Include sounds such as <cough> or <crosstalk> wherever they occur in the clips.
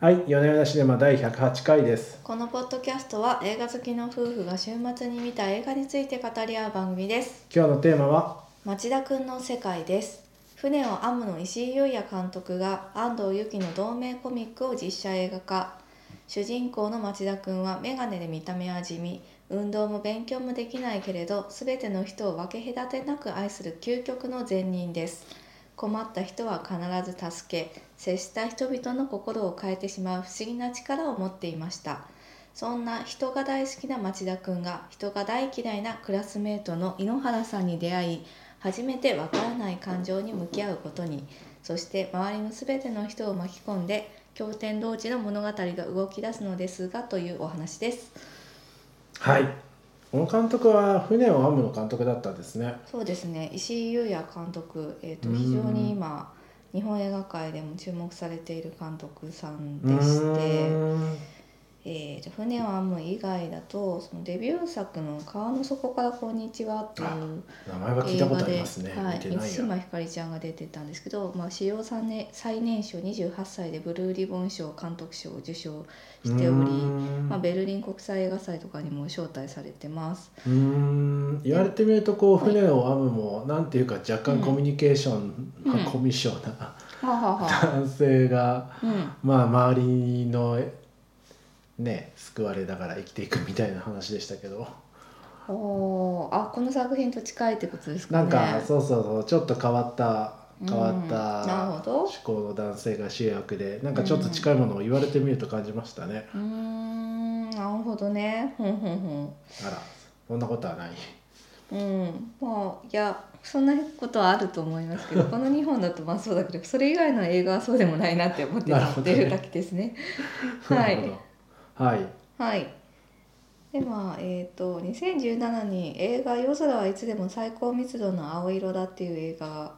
はい、米米シネマ第108回です。このポッドキャストは映画好きの夫婦が週末に見た映画について語り合う番組です今日のテーマは、町田くんの世界です船を編むの石井優也監督が安藤由紀の同名コミックを実写映画化主人公の町田くんは眼鏡で見た目は地味運動も勉強もできないけれど全ての人を分け隔てなく愛する究極の善人です困った人は必ず助け接した人々の心を変えてしまう不思議な力を持っていましたそんな人が大好きな町田くんが人が大嫌いなクラスメートの井ノ原さんに出会い初めてわからない感情に向き合うことにそして周りの全ての人を巻き込んで驚天同時の物語が動き出すのですがというお話ですはい。この監督は船を編むの監督だったんですね。そうですね石井優也監督、えー、とうん非常に今日本映画界でも注目されている監督さんうでしーてん「えーと船を編む」以外だとそのデビュー作の「川の底からこんにちは」っていう名前は聞い映たこ画とありで、ますね。はい、見てな満いや。島ひかりちゃんが出てたんですけど、まあ、史上最年最年少28歳でブルーリボン賞監督賞を受賞しておうーり、んまあ、ベルリン国際映画祭とかにも招待されてます。うーん言われてみるとこうはい船を編むもなんていうか若干うんコミュニケーション、うんまあコミュ障なはあ、はあはあ男性が <laughs> うんまあ周りのね救われながら生きていくみたいな話でしたけどおーあこの作品と近いってことですかなね。んかそうそうそうちょっと変わった変わっうんなるたほど思考の男性が主役でなんかちょっと近いものを言われてみると感じましたねうーんなるほどね。ふんふんふんあらそんなことはないうん、まあいやそんなことはあると思いますけ <laughs> どこの2本だとまあそうだけどそれ以外の映画はそうでもないなって思ってなるたほっどねていうだけですね。 <laughs> はなるいほどはいはいでまあえー、と2017に映画「夜空はいつでも最高密度の青色だ」っていう映画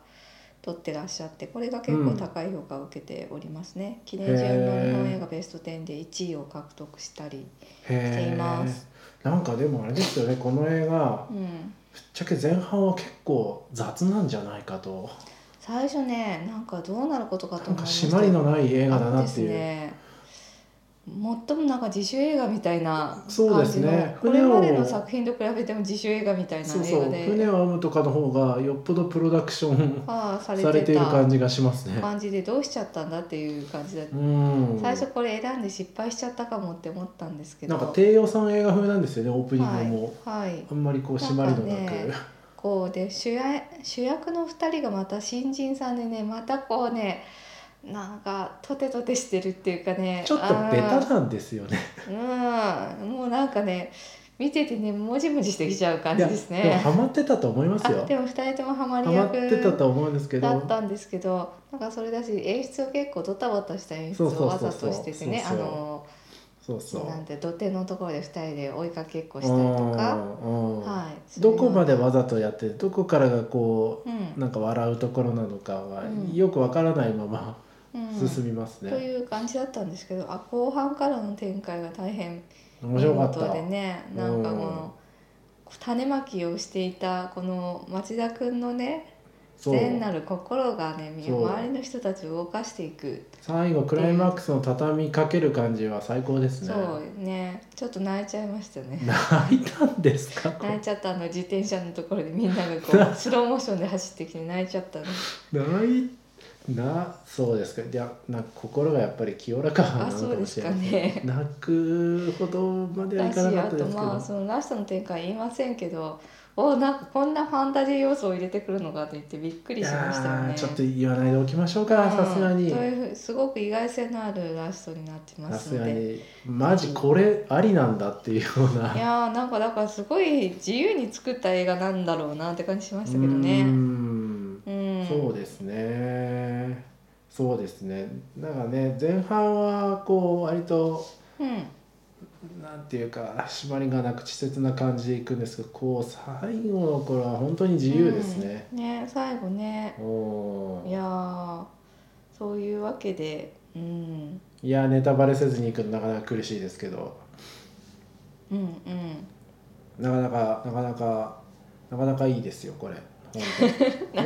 撮ってらっしゃってこれが結構高い評価を受けておりますね、記念順の日本映画ベスト10で1位を獲得したり、してへいまえすなんかでもあれですよねこの映画うん、ぶっちゃけ前半は結構雑なんじゃないかと最初ねなんかどうなることかなんと思いかまし締たまりのない映画だなでっすていう、ね。最もなんか自主映画みたいな感じそのうですねこれまで船をの作品と比べても自主映画みたいな映そ画うでそう船を編むとかの方がよっぽどプロダクションはあさされれてているた感じがしますね感じでどうしちゃったんだっていう感じだった、うん最初これ選んで失敗しちゃったかもって思ったんですけなどんか低予算映画風なんですよねオープニングも、はい、はい、あんまりこう締まりのなくなんかねこうで主役主役の2人がまた新人さんでねまたこうねなんかとてとてしてるっていうかねちょっとベタなんですよね。うん、もうなんかね見ててねもじもじしてきちゃう感いじやですでもね。ハマってたと思いますあよ。でも2人ともハマハりマってた役と思うんですけだどっ。たんですけどなんかそれだし演出を結構ドタバタした演出そうそうをそうわそうざとしててねそあうそうのそうそなんう。て土手のところで2人で追いかけっこしたうりんとか、うんはい、どこまでわわざとやってどこからがこううんなんか笑うところなのかはうんよくわからないままうん進みますとね。いう感じだったんですけどあ後半からの展開が大変面白かっ見事たで。ねなんかこうんの種まきをしていたこの町田くんのねそう善なる心がねみそう周りの人たちを動かしていく最後クライマックスの畳みかける感じは最高ですね。そうねちょっと泣いちゃいましたね泣いたんですか。こ泣れいちゃったあの自転車のところでみんながこ <laughs> うスローモーションで走ってきて泣いちゃったのないなそうですかいやなんか心がやっぱり清らかなのあかそうもでしすれなかい、ね泣くほどまではだいしかなかあったとですけど、まあそのラストの展開言いませんけどおなんかこんなファンタジー要素を入れてくるのかと言ってびっくいりしましたよやーねちょっと言わないでおきましょうかさすがうんにというふうすごく意外性のあるラストになってまさすすのがでにマジこれありなんだっていうようないやーなんかだからすごい自由に作った映画なんだろうなって感じしまうしーたけどねんうんそうですねそうですねなんかね前半はこう割とうんなんていうか締まりがなく稚拙な感じでいくんですけどこう最後の頃は本当に自由ですね。うんね最後ねおーいやーそういうわけでうんいやネタバレせずにいくのなかなか苦しいですけどうんうん <laughs> なかなかなかなかなかなかいいですよこれ本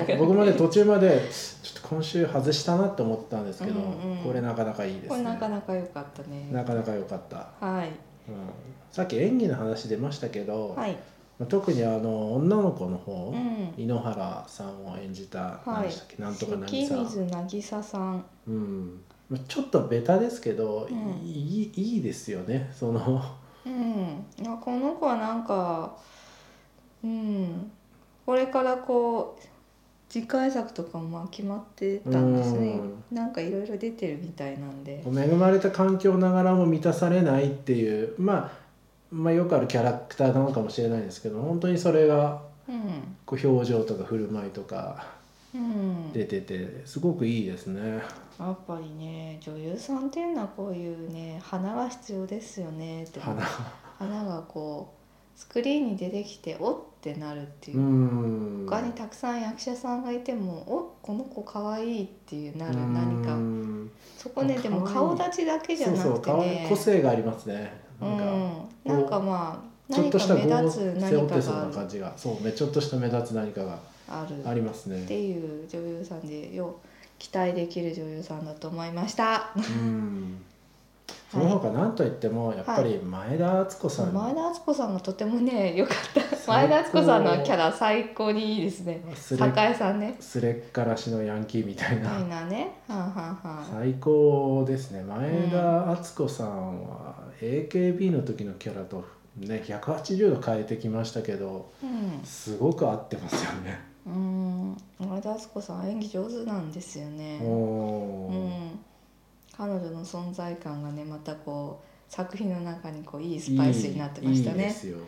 当僕もね途中までちょっと今週外したなって思ったんですけど、うんうんこれなかなかいいですこれねなかなか良かったねなかなか良かった、はいうん、さっき演技の話出ましたけど、はいまあ特にあの女の子の方、うん井ノ原さんを演じた、何でしたっけなんとかなぎ関さん水渚さんうん、まあちょっとベタですけど、うんいいいいですよねそのうんいやこの子はなんかうんこれからこう次回作とかもまあ決まってたんですねうんなんかいろいろ出てるみたいなんで恵まれた環境ながらも満たされないっていう、まあ、まあよくあるキャラクターなのかもしれないですけど本当にそれがうんこう表情とか振る舞いとかうん出ててすごくいいですね。やっぱりね女優さんっていうのはこういうね花が必要ですよねって花花がこうスクリーンに出てきておってなるっていうう、ん他にたくさん役者さんがいてもおこの子可愛いっていうなうるん何かそこね可愛いでも顔立ちだけじゃそうなそうくて可愛ねい個性がありますねうなんか、んこうなんかまあちょっ何とかした目業を立背つ何負っかてそうがな感じがそうねちょっとした目立つ何かがああるりっますね。ていう女優さんでよ期待できる女優さんだと思い <laughs> ました。うんその他何と言ってもやっぱり前田敦子さん、前田敦子さんがとてもね良かった高前田敦子さんのキャラ最高にいいですねすれ酒井さんねすれっからしのヤンキーみたいみたいななねはんはんはん最高ですね前田敦子さんは AKB の時のキャラとね180度変えてきましたけどすごく合ってますよね。うん、うん、前田敦子さん演技上手なんですよねうおーん彼女の存在感がねまたこう作品の中にこういいスパイスになってましいたいいいねですよ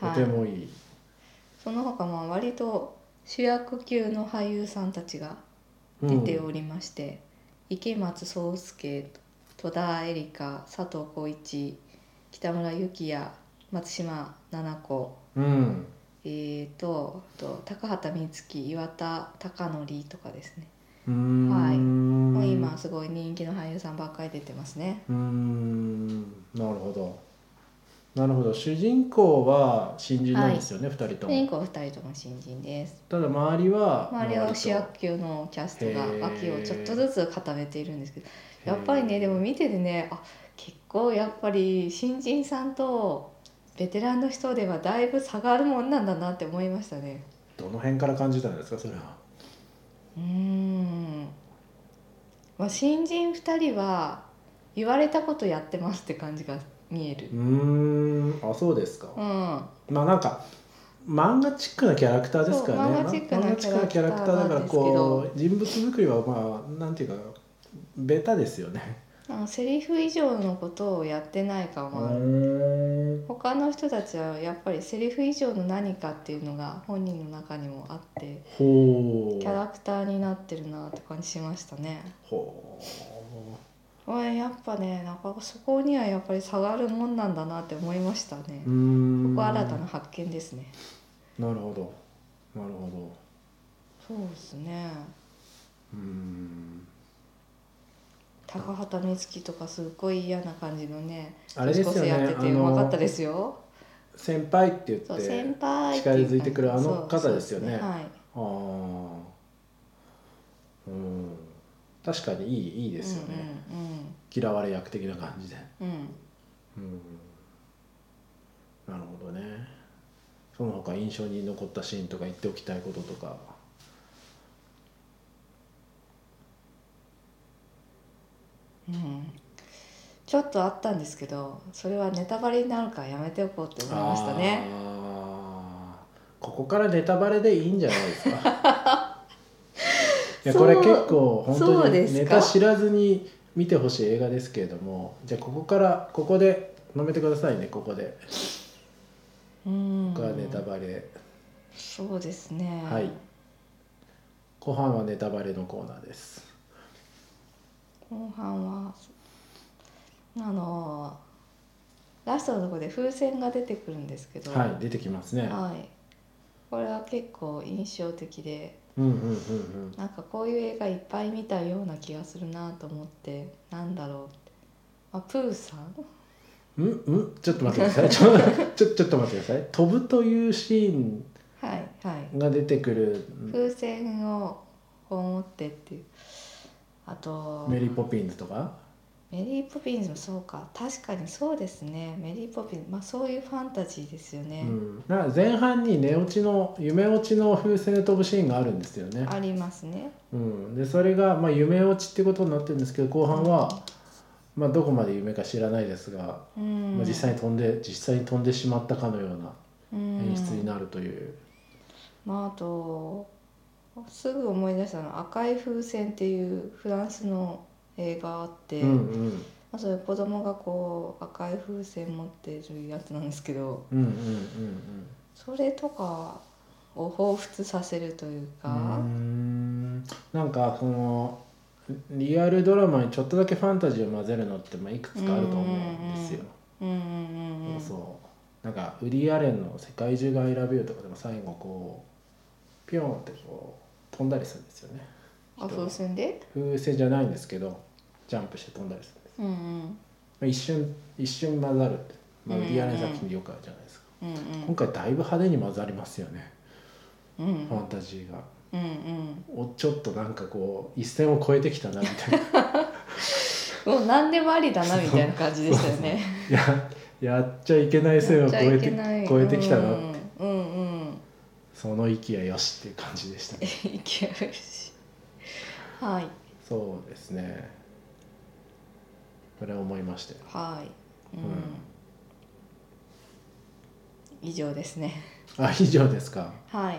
とはいてもいい、その他まあ割と主役級の俳優さんたちが出ておりまして、池松壮亮戸田恵梨香佐藤浩市北村幸也松島菜々子うん、うんえー、とあと高畑充希岩田貴則とかですね、うーんはいもう今すごい人気の俳優さんばっかり出てますね。うーんなるほどなるほど主人公は新人なんですよね、二2人と主人も公2人とも新人ですただ周りは周りは割主と役級のキャストが脇をちょっとずつ固めているんですけどへーやっぱりねでも見ててねあ結構やっぱり新人さんとベテランの人ではだいぶ差があるもんなんだなって思いましたねどの辺から感じたんですかそれはうーん、まあ、新人2人は言われたことやってますって感じが見えるうーんあそうですか、うんまあなんか漫画チックなキャラクターですからねそう漫画チックな漫画チックなキャラクターだからこう人物作りはまあなんていうかベタですよねあのセリフ以上のことをやってない感はあるうーん他の人たちはやっぱりセリフ以上の何かっていうのが本人の中にもあってほうキャラクターになってるなって感じしましたね。ほおいやっぱねなんかそこにはやっぱり差があるもんなんだなって思いましたねうう。ーこんこは新たな発見ですね。なるほどなるほどそうですね。うーん高畑充希とかすっごい嫌な感じのね。あれですよねやっててあうのまかったですよ。先輩って言ってそう先輩近づいてくるあのそう方ですよねそうはい。あーうん確かにいいいいですよね、嫌われ役的な感じでうんうんうん。うんうんなるほどねその他印象に残ったシーンとか言っておきたいこととかうんちょっとあったんですけどそれはネタバレになるからやめておこうって思いましたねあーここからネタバレでいいんじゃないですか <laughs> いやそこうれ結構本当そうにですかネタ知らずに見てほしい映画ですけれどもじゃあここからここで飲めてくださいねここでうんここからネタバレ、そうですねはい後半はネタバレのコーナーです後半はあのラストのところで風船が出てくるんですけどはい出てきますねはいこれは結構印象的でうんうんうんうんなんかこういう映画いっぱい見たような気がするなと思ってなんだろうってあプーさん <laughs> うんうんちょっと待ってくださいちょちょちょっと待ってください飛ぶというシーンはいはいが出てくる風船をこう持ってっていうあとメリー・ポピンズとかメリーポピンズもそうか確かにそうですねメリー・ポピンズまあそういうファンタジーですよね、うん、なんか前半に寝落ちの夢落ちの風船で飛ぶシーンがあるんですよね、ありますねうん、でそれが、まあ、夢落ちってことになってるんですけど後半は、まあ、どこまで夢か知らないですが、うんまあ、実際に飛んで実際に飛んでしまったかのような演演出になるという、まああとすぐ思い出したのは「赤い風船」っていうフランスの映画あって、うんまうんあ、それ子供がこう赤い風船持ってるやつなんですけどうんうんうんそれとかを彷彿させるといううか、んうーんなんかそのリアルドラマにちょっとだけファンタジーを混ぜるのって、まあ、いくつかあると思うんですよ。うんうんうんうんそうそうなんかウリー・アレンの「世界中が選べるとかでも最後こうピョンってこう飛んだりするんですよねあ風船で、風船じゃないんですけどジャンプして飛んだりするんです、うんうん、まあ、一瞬一瞬混ざるって、まあ、うウんうんリー・アレン作品でよくあるじゃないですか、うんうん今回だいぶ派手に混ざりますよね、うんうんファンタジーがうんおちょっとなんかこう一線を越えてきたなみたい <laughs> なもう何でもありだなみたいな感じでしたよねいややっちゃいけない線を越えて越えてきたな、うんうんうんその息はよしっていう感じでしたねいけるしはいそうですねこれは思いましたよはい、うんうん以上ですねあ以上ですか、はい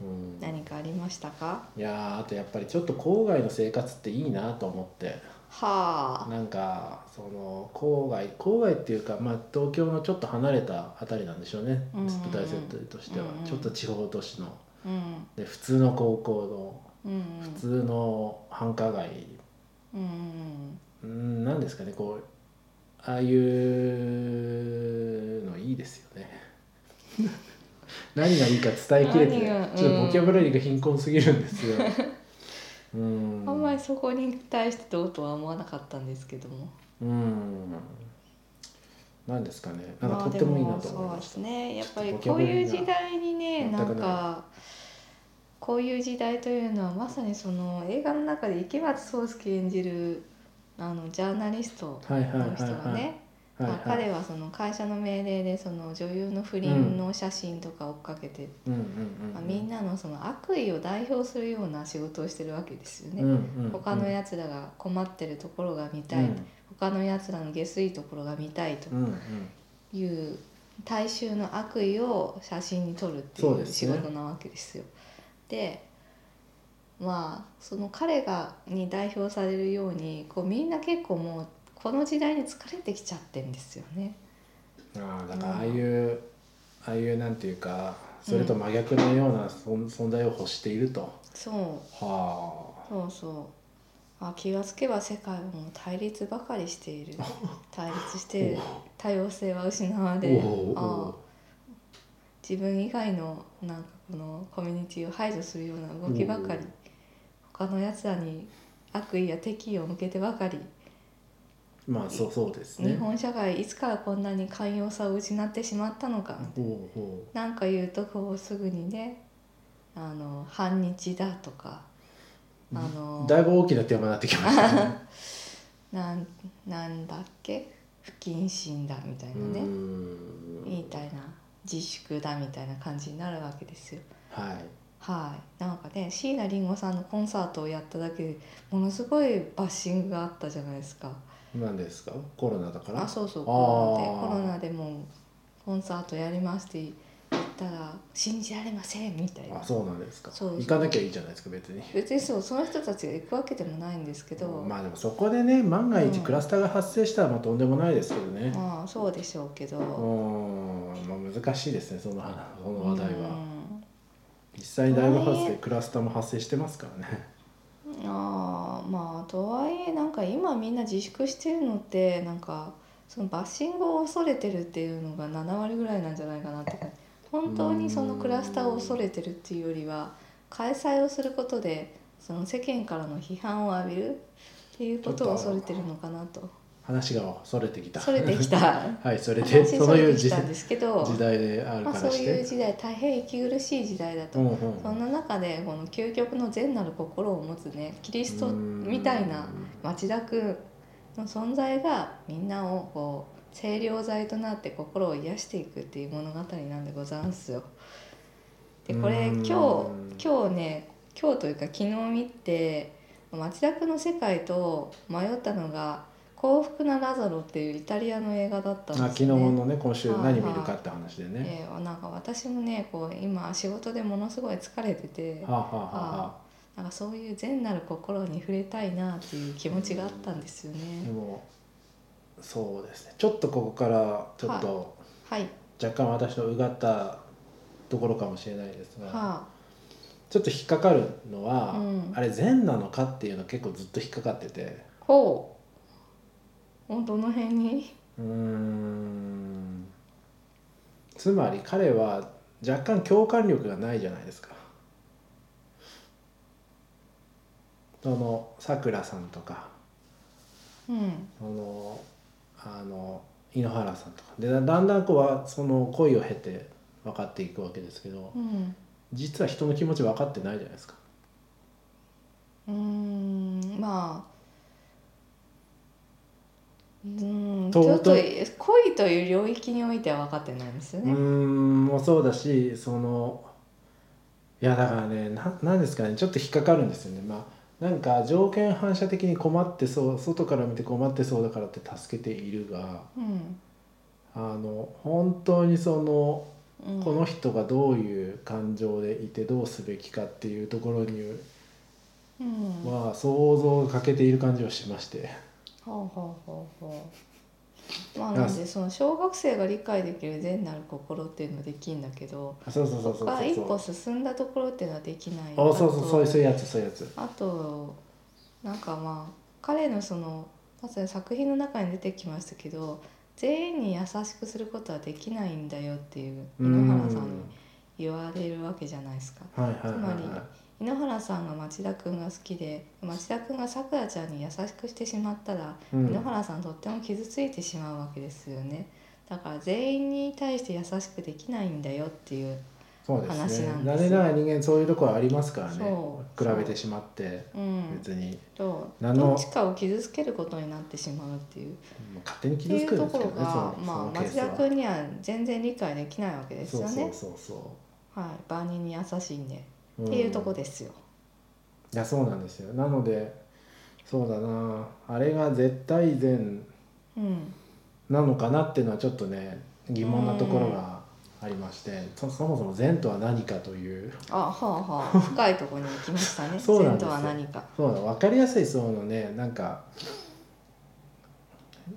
うん、何かありましたかいやーあとやっぱりちょっと郊外の生活っていいなと思ってはあなんかその郊外郊外っていうか、まあ、東京のちょっと離れた辺りなんでしょうねうんうんうん舞台セットとしては、うんうんちょっと地方都市のうんで普通の高校うんうんの普通の繁華街うんうんうんなんですかねこうああいうのいいですよね <laughs> 何がいいか伝えきれて何がうんちょっとボキャブラリーが貧困すぎるんですようんあんまりそこに対してどうとは思わなかったんですけどもうんなんですかねなんかまとあっでてもいいなもとそう思いまでしすた、ねやっぱちりょっとボこうキャブラリいーうが時代にねな全くんないかこういう時代というのはまさにその映画の中で池松壮亮演じるあのジャーナリストはいはいはのい人がね、はいまあ、はいはい彼はその会社の命令でその女優の不倫の写真とか追っかけて、うんうんまうあ、んみんなのその悪意を代表するような仕事をしてるわけですよね。うんうんうん他のやつらが困ってるところが見たい、他のやつらの下水ところが見たいとうんうんうんいう大衆の悪意を写真に撮るっていそうでうす仕ね事なわけですよ。でまあその彼がに代表されるようにこうみんな結構もうこの時代に疲れてきちゃってんですよね。ああだからああいう、ああいうなんていうかそれと真逆のような存存在を欲していると、そうはあそうそうあ気がつけば世界はもう対立ばかりして <laughs> いる対立している多様性は失わおれおああお自分以外のなんかこのコミュニティを排除するような動きばかりおう他のやつらに悪意や敵意を向けてばかりまあそうそうです日ね本社会いつからこんなに寛容さを失ってしまったのかおおおなんか言うとこうすぐにねあの反日だとかあのうだいぶ大きなテーマになってきましたねなんなんだっけ不謹慎だみたいうなね、ーんみたいな自粛だみたいな感じになるわけですよ。はいはい、なんかね椎名林檎さんのコンサートをやっただけでものすごいバッシングがあったじゃないですか。何ですかコロナだからあそうそうあーコロナでコロナでもうコンサートやりますって言ったら信じられませんみたいなあ。そうなんですかそうそう行かなきゃいいじゃないですか別に別にそうその人たちが行くわけでもないんですけど、ままあでもそこでね万が一うんクラスターが発生したらもうとんでもないですけどねあ、そうでしょうけど、うーん、まあ、難しいですねその話その話題は、うん実際にだいぶ発とはい生えクラスターも発生してますからねあーまあとはいえなんか今みんな自粛してるのってなんかそのバッシングを恐れてるっていうのが7割ぐらいなんじゃないかなって本当にそのクラスターを恐れてるっていうよりは開催をすることでその世間からの批判を浴びるっていうことを恐れてるのかなと話がそれてきたそれてきた <laughs> はいそれで話そそういれうてき時たんですけど時代であるまあ、かそらうしいうて、時代大変息苦しい時代だと、うんうんそんな中でこの究極の善なる心を持つねキリストみたいな町田君の存在がみんなをこう清涼剤となって心を癒していくっていう物語なんでござんすよ。でこれうん今日今日ね今日というか昨日見て町田君の世界と迷ったのが「幸福なラザロ」っていうイタリアの映画だったあんですね。昨日のね今週はい何見るかって話でね、えーなんか私もねこう今仕事でものすごい疲れててはあ、はあはあはなんかそういう善なる心に触れたいなっていう気持ちがあったんですよあ、ねで。もそうですねちょっとここからちょっとはい、は若干私のうがったところかもしれないですが、あ、ちょっと引っかかるのは、うんあれ善なのかっていうの結構ずっと引っかかっててほうおどの辺にうーんつまり彼は若干共感力がないじゃないですかそのさくらさんとかうんそのあの井ノ原さんとかでだだんだんこうわその恋を経て分かっていくわけですけどうん実は人の気持ち分かってないじゃないですかうーんまあうーんちとょっとと恋という領域においては分かってないんですようーね。んもうそうだしそのいやだからねななんですかねちょっと引っかかるんですよねまあなんか条件反射的に困ってそう外から見て困ってそうだからって助けているがうんあの本当にそのうん、この人がどういう感情でいてどうすべきかっていうところにうん、は想像が欠けている感じをしましてほうほうほうほうまあだかならんでその小学生が理解できる善なる心っていうのはできんだけどあそうそうそうそう僕は一そ歩う進んだところっていうのはできないあそうそうそういうあとそういうやつそういうやつあとなんかまあ彼のそのまず作品の中に出てきましたけど全員に優しくすることはできないんだよっていう井ノ原さんに言われるわけじゃないですか。うんはいはいはい、はい、つまり井ノ原さんが町田君が好きで町田君がさくらちゃんに優しくしてしまったらうん井ノ原さんとっても傷ついてしまうわけですよねだから全員に対して優しくできないんだよっていうそうですね話なん慣でれすよない人間そういうところありますからねそう比べてしまってうん別にとあのどっちかを傷つけることになってしまうっていうまあ勝手にって傷いつくうんとですこけろどねがそのまあその町ケー田スは君には全然理解できないわけですそうよねそうそうそはい万人に優しいんでう、っていうとこでですよいやそうなんですよなのでそうだなあれが絶対善うんなのかなっていうのはちょっとね疑問なところがありましてそそもそも善とは何かというあはあは <laughs> あ深いところに行きましたねそうなん善ですとよは何かそうだ分かりやすいそうのねなんか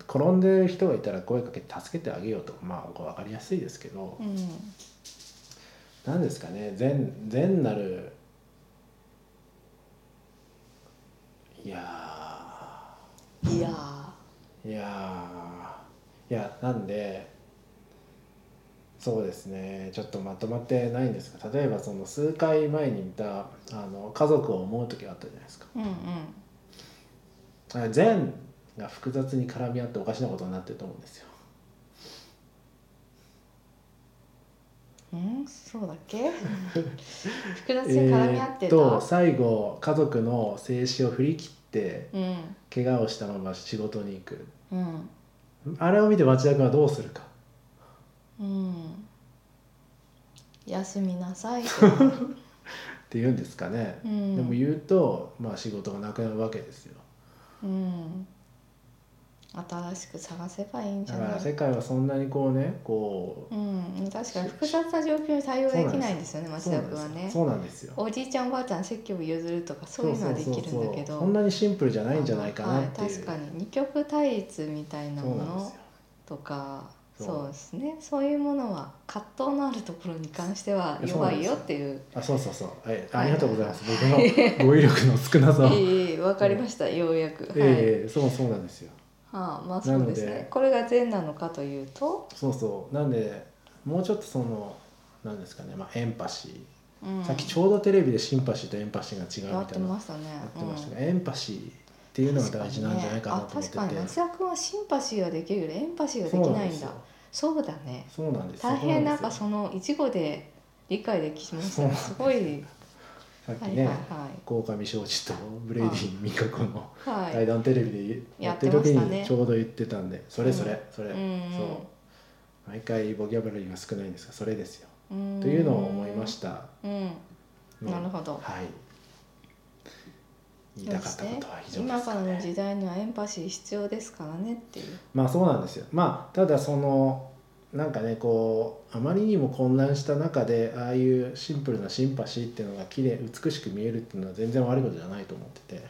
転んでる人がいたら声かけて助けてあげようとまあこれ分かりやすいですけど、うんなんですかね善善なるいやいやーーいやーいやなんでそうですねちょっとまとまってないんですが例えばその数回前にいたあの家族を思う時があったじゃないですかうんうんあ善が複雑に絡み合っておかしなことになってると思うんですようん、そうだっけ <laughs> 複雑に絡み合ってえーた、と最後家族の静止を振り切って怪我をしたまま仕事に行くうんうんあれを見て町田君はどうするかうん休みな <laughs> さいと、って言うんですかね、うん、でも言うと、まあ、仕事がなくなるわけですようん新しく探せばいいんじだゃかなら世い界はそんなにこうねこうん、確かに複雑な状況に対応できないんですよねう町田君はねそうなんですよおじいちゃんおばあちゃん席を譲るとかそういうのはできるんだけどそうそうそうそうそんなにシンプルじゃないんじゃないかなっていう、はい、確かに二極対立みたいなそうもなんでのすよとかそうそうですねそういうものは葛藤のあるところに関してはいや弱いそようっなんていうあそうそうそう、はい、はいありがとうございます、僕の語彙力の少なさを、えええわかりました、ようやく、はいえそうそうなんですよはあ、まあそうですなのねでこれが善なのかというと、そうそうなんでもうちょっとそのなんですかね、まあ、エンパシー、うん、さっきちょうどテレビでシンパシーとエンパシーが違うやみったていなましたねやってましたが、エンパシーっていうのが大事なんじゃないかなあと思ってて、確かに松田君はシンパシーはできるけどエンパシーはできそうななんいでんすだよそうだねそうなんです大変なんかそその一語で理解できましそうなんたねですすごいはいさっきはいね、はい鴻上尚史とブレイディー美香子のはい、対談テレビでやってる時やってましたにねちょうど言ってたんで、それそれ、うんそれ、うんうんそう毎回ボキャブラリーが少ないんですがそれですよ、うんというのを思いました、うんねなるほどはい言いたかったことは非常今ですかからのね時代にはエンパシー必要ですからねっていうまあそうなんですよまあただそのなんかねこうあまりにも混乱した中でああいうシンプルなシンパシーっていうのが綺麗美しく見えるっていうのは全然悪いことじゃないと思ってて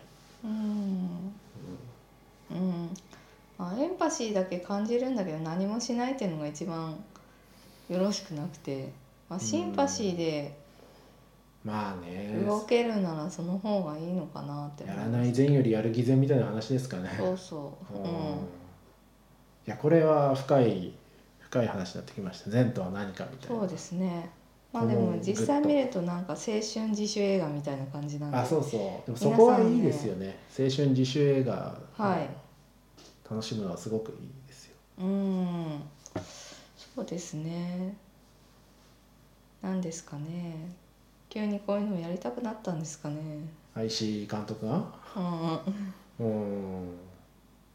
うんうんまあ、エンパシーだけ感じるんだけど何もしないっていうのが一番よろしくなくて、まあ、シンパシーでまあね動けるならその方がいいのかなってや思らない善よりやる偽善みたいな話ですかねそうそう、うんういん、やこれは深い深い話になってきました善とは何かみたいなそうですねまあでうもん実際見るとなんか青春自主映画みたいな感じなんであそうそうでもそこはいいですよね青春自主映画をはい楽しむのはすごくいいですようんそうですねなんですかね急にこういうのもやりたくなったんですかね IC 監督がううーんん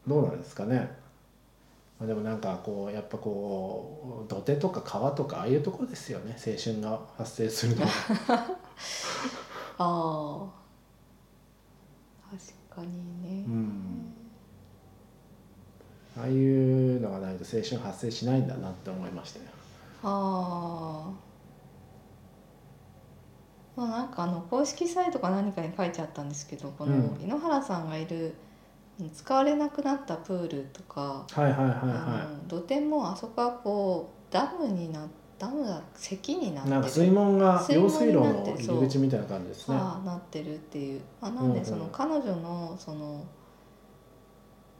どうなんですかね、まあ、でもなんかこうやっぱこう土手とか川とかああいうところですよね青春が発生する <laughs> のはああ確かにね、うんああいうのがないと青春発生しないんだなって思いましたよああまあなんかあの公式サイトか何かに書いてあったんですけどこのうん井ノ原さんがいる使われなくなったプールとか、はいはいはいあはの土手もあそこはこうダムになダムだ堰にないなんかってる水門が水門用水路になのってる入り口みたいな感じですねはなってるっていう、まあ、なんうんうんでその彼女のその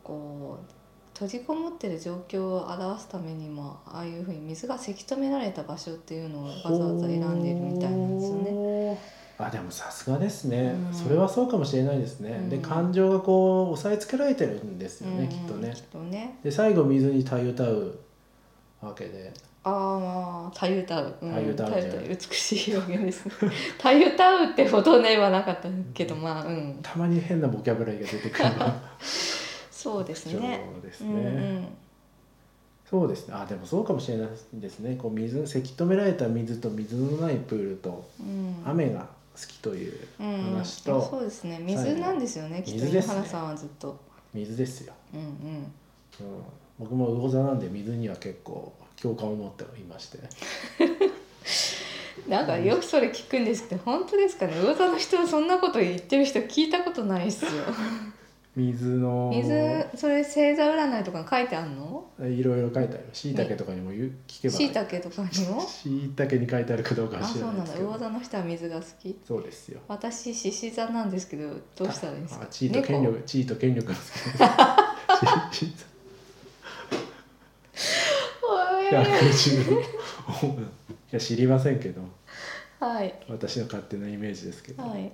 こう閉じこもってる状況を表すためにもああいうふうに水がせき止められた場所っていうのをわざわざ選んでるみたいなんですよね。ねあでもさすがですね、うんそれはそうかもしれないですね、でうん感情がこう押さえつけられてるんですよね、うんきっとねきっとねで最後水にたゆたうわけでああたゆたう、うん、たゆたうたじゃゆなたいう美しい表現ですね <laughs> たゆたうってほどねはなかったけどまあうんたまに変なボキャブラリーが出てくるの <laughs> がそうですね特徴ですうね、んうんそうですねあでもそうかもしれないですねこう水せき止められた水と水のないプールとうん雨が好きといううんうんあ話とそうですね水なんですよねきっと水で井すね原さんはずっと、水ですよ、うんうんうん、僕も魚座なんで水には結構共感を持っていましてなんかよくそれ聞くんですけど本当ですかね魚座の人はそんなこと言ってる人聞いたことないっすよ水の水それ星座占いとかに書いてあんのいろいろ書いてあるしいたけとかにも言う聞けばしいたけとかにもしいたけに書いてあるかどうかあは知そうらなないんですだけど魚座の人は水が好きそうですよ私獅子座なんですけどどうしたらいいんですかあ地位と権猫力地位と権力です <laughs> けどおいいや自分いや知りませんけどはい私の勝手なイメージですけど、はいい、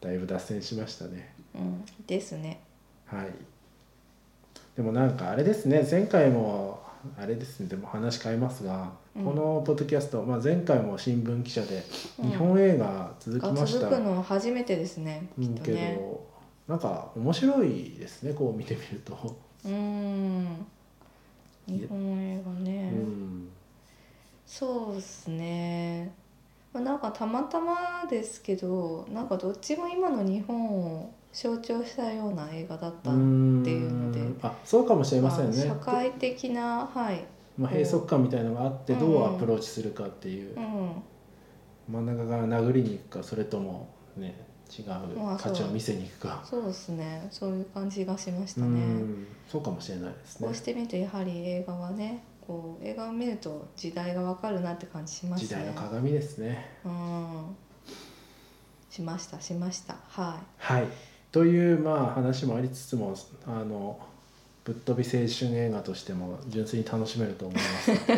だいぶ脱線しましたねうん、ですねはいでもなんかあれですね前回もあれですねでも話変えますが、うんこのポッドキャスト、まあ、前回も新聞記者でうん日本映画続きがました、続くの初めてですねうきっんとけど、ねなんか面白いですねこう見てみると、うーん日本映画ね、うんそうですねまあなんかたまたまですけどなんかどっちも今の日本を象徴したような映画だった、っていうのであそうかもしれませんね社会的なはい、まあ、閉塞感みたいなのがあってうんどうアプローチするかっていう、うん、真ん中から殴りに行くかそれともね違うまあ価値を見せに行くか、そうですねそういう感じがしましうたね。んそうかもしれないですねこうしてみるとやはり映画はねこう映画を見ると時代がわかるなって感じしますね。時代の鏡ですねうんしましたしましたはい。はいというまあ話もありつつもあのぶっ飛び青 <laughs> 春映画としても純粋に楽しめると思いますちょっ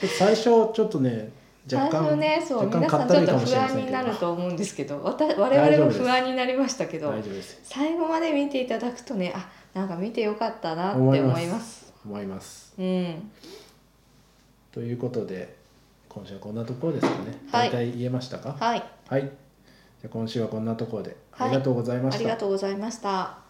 と最初ちょっとね最初ねそう皆さんちょっと不安になると思うんですけどわた我々も不安になりましたけ大丈ど夫です最後まで見ていただくとねあなんか見てよかったなって思います思いま思いますうんということで今週はこんなところですかね、はい大体言えましたかはいはいじゃあ今週はこんなところであはいりがとうございまあしりた、がとうございました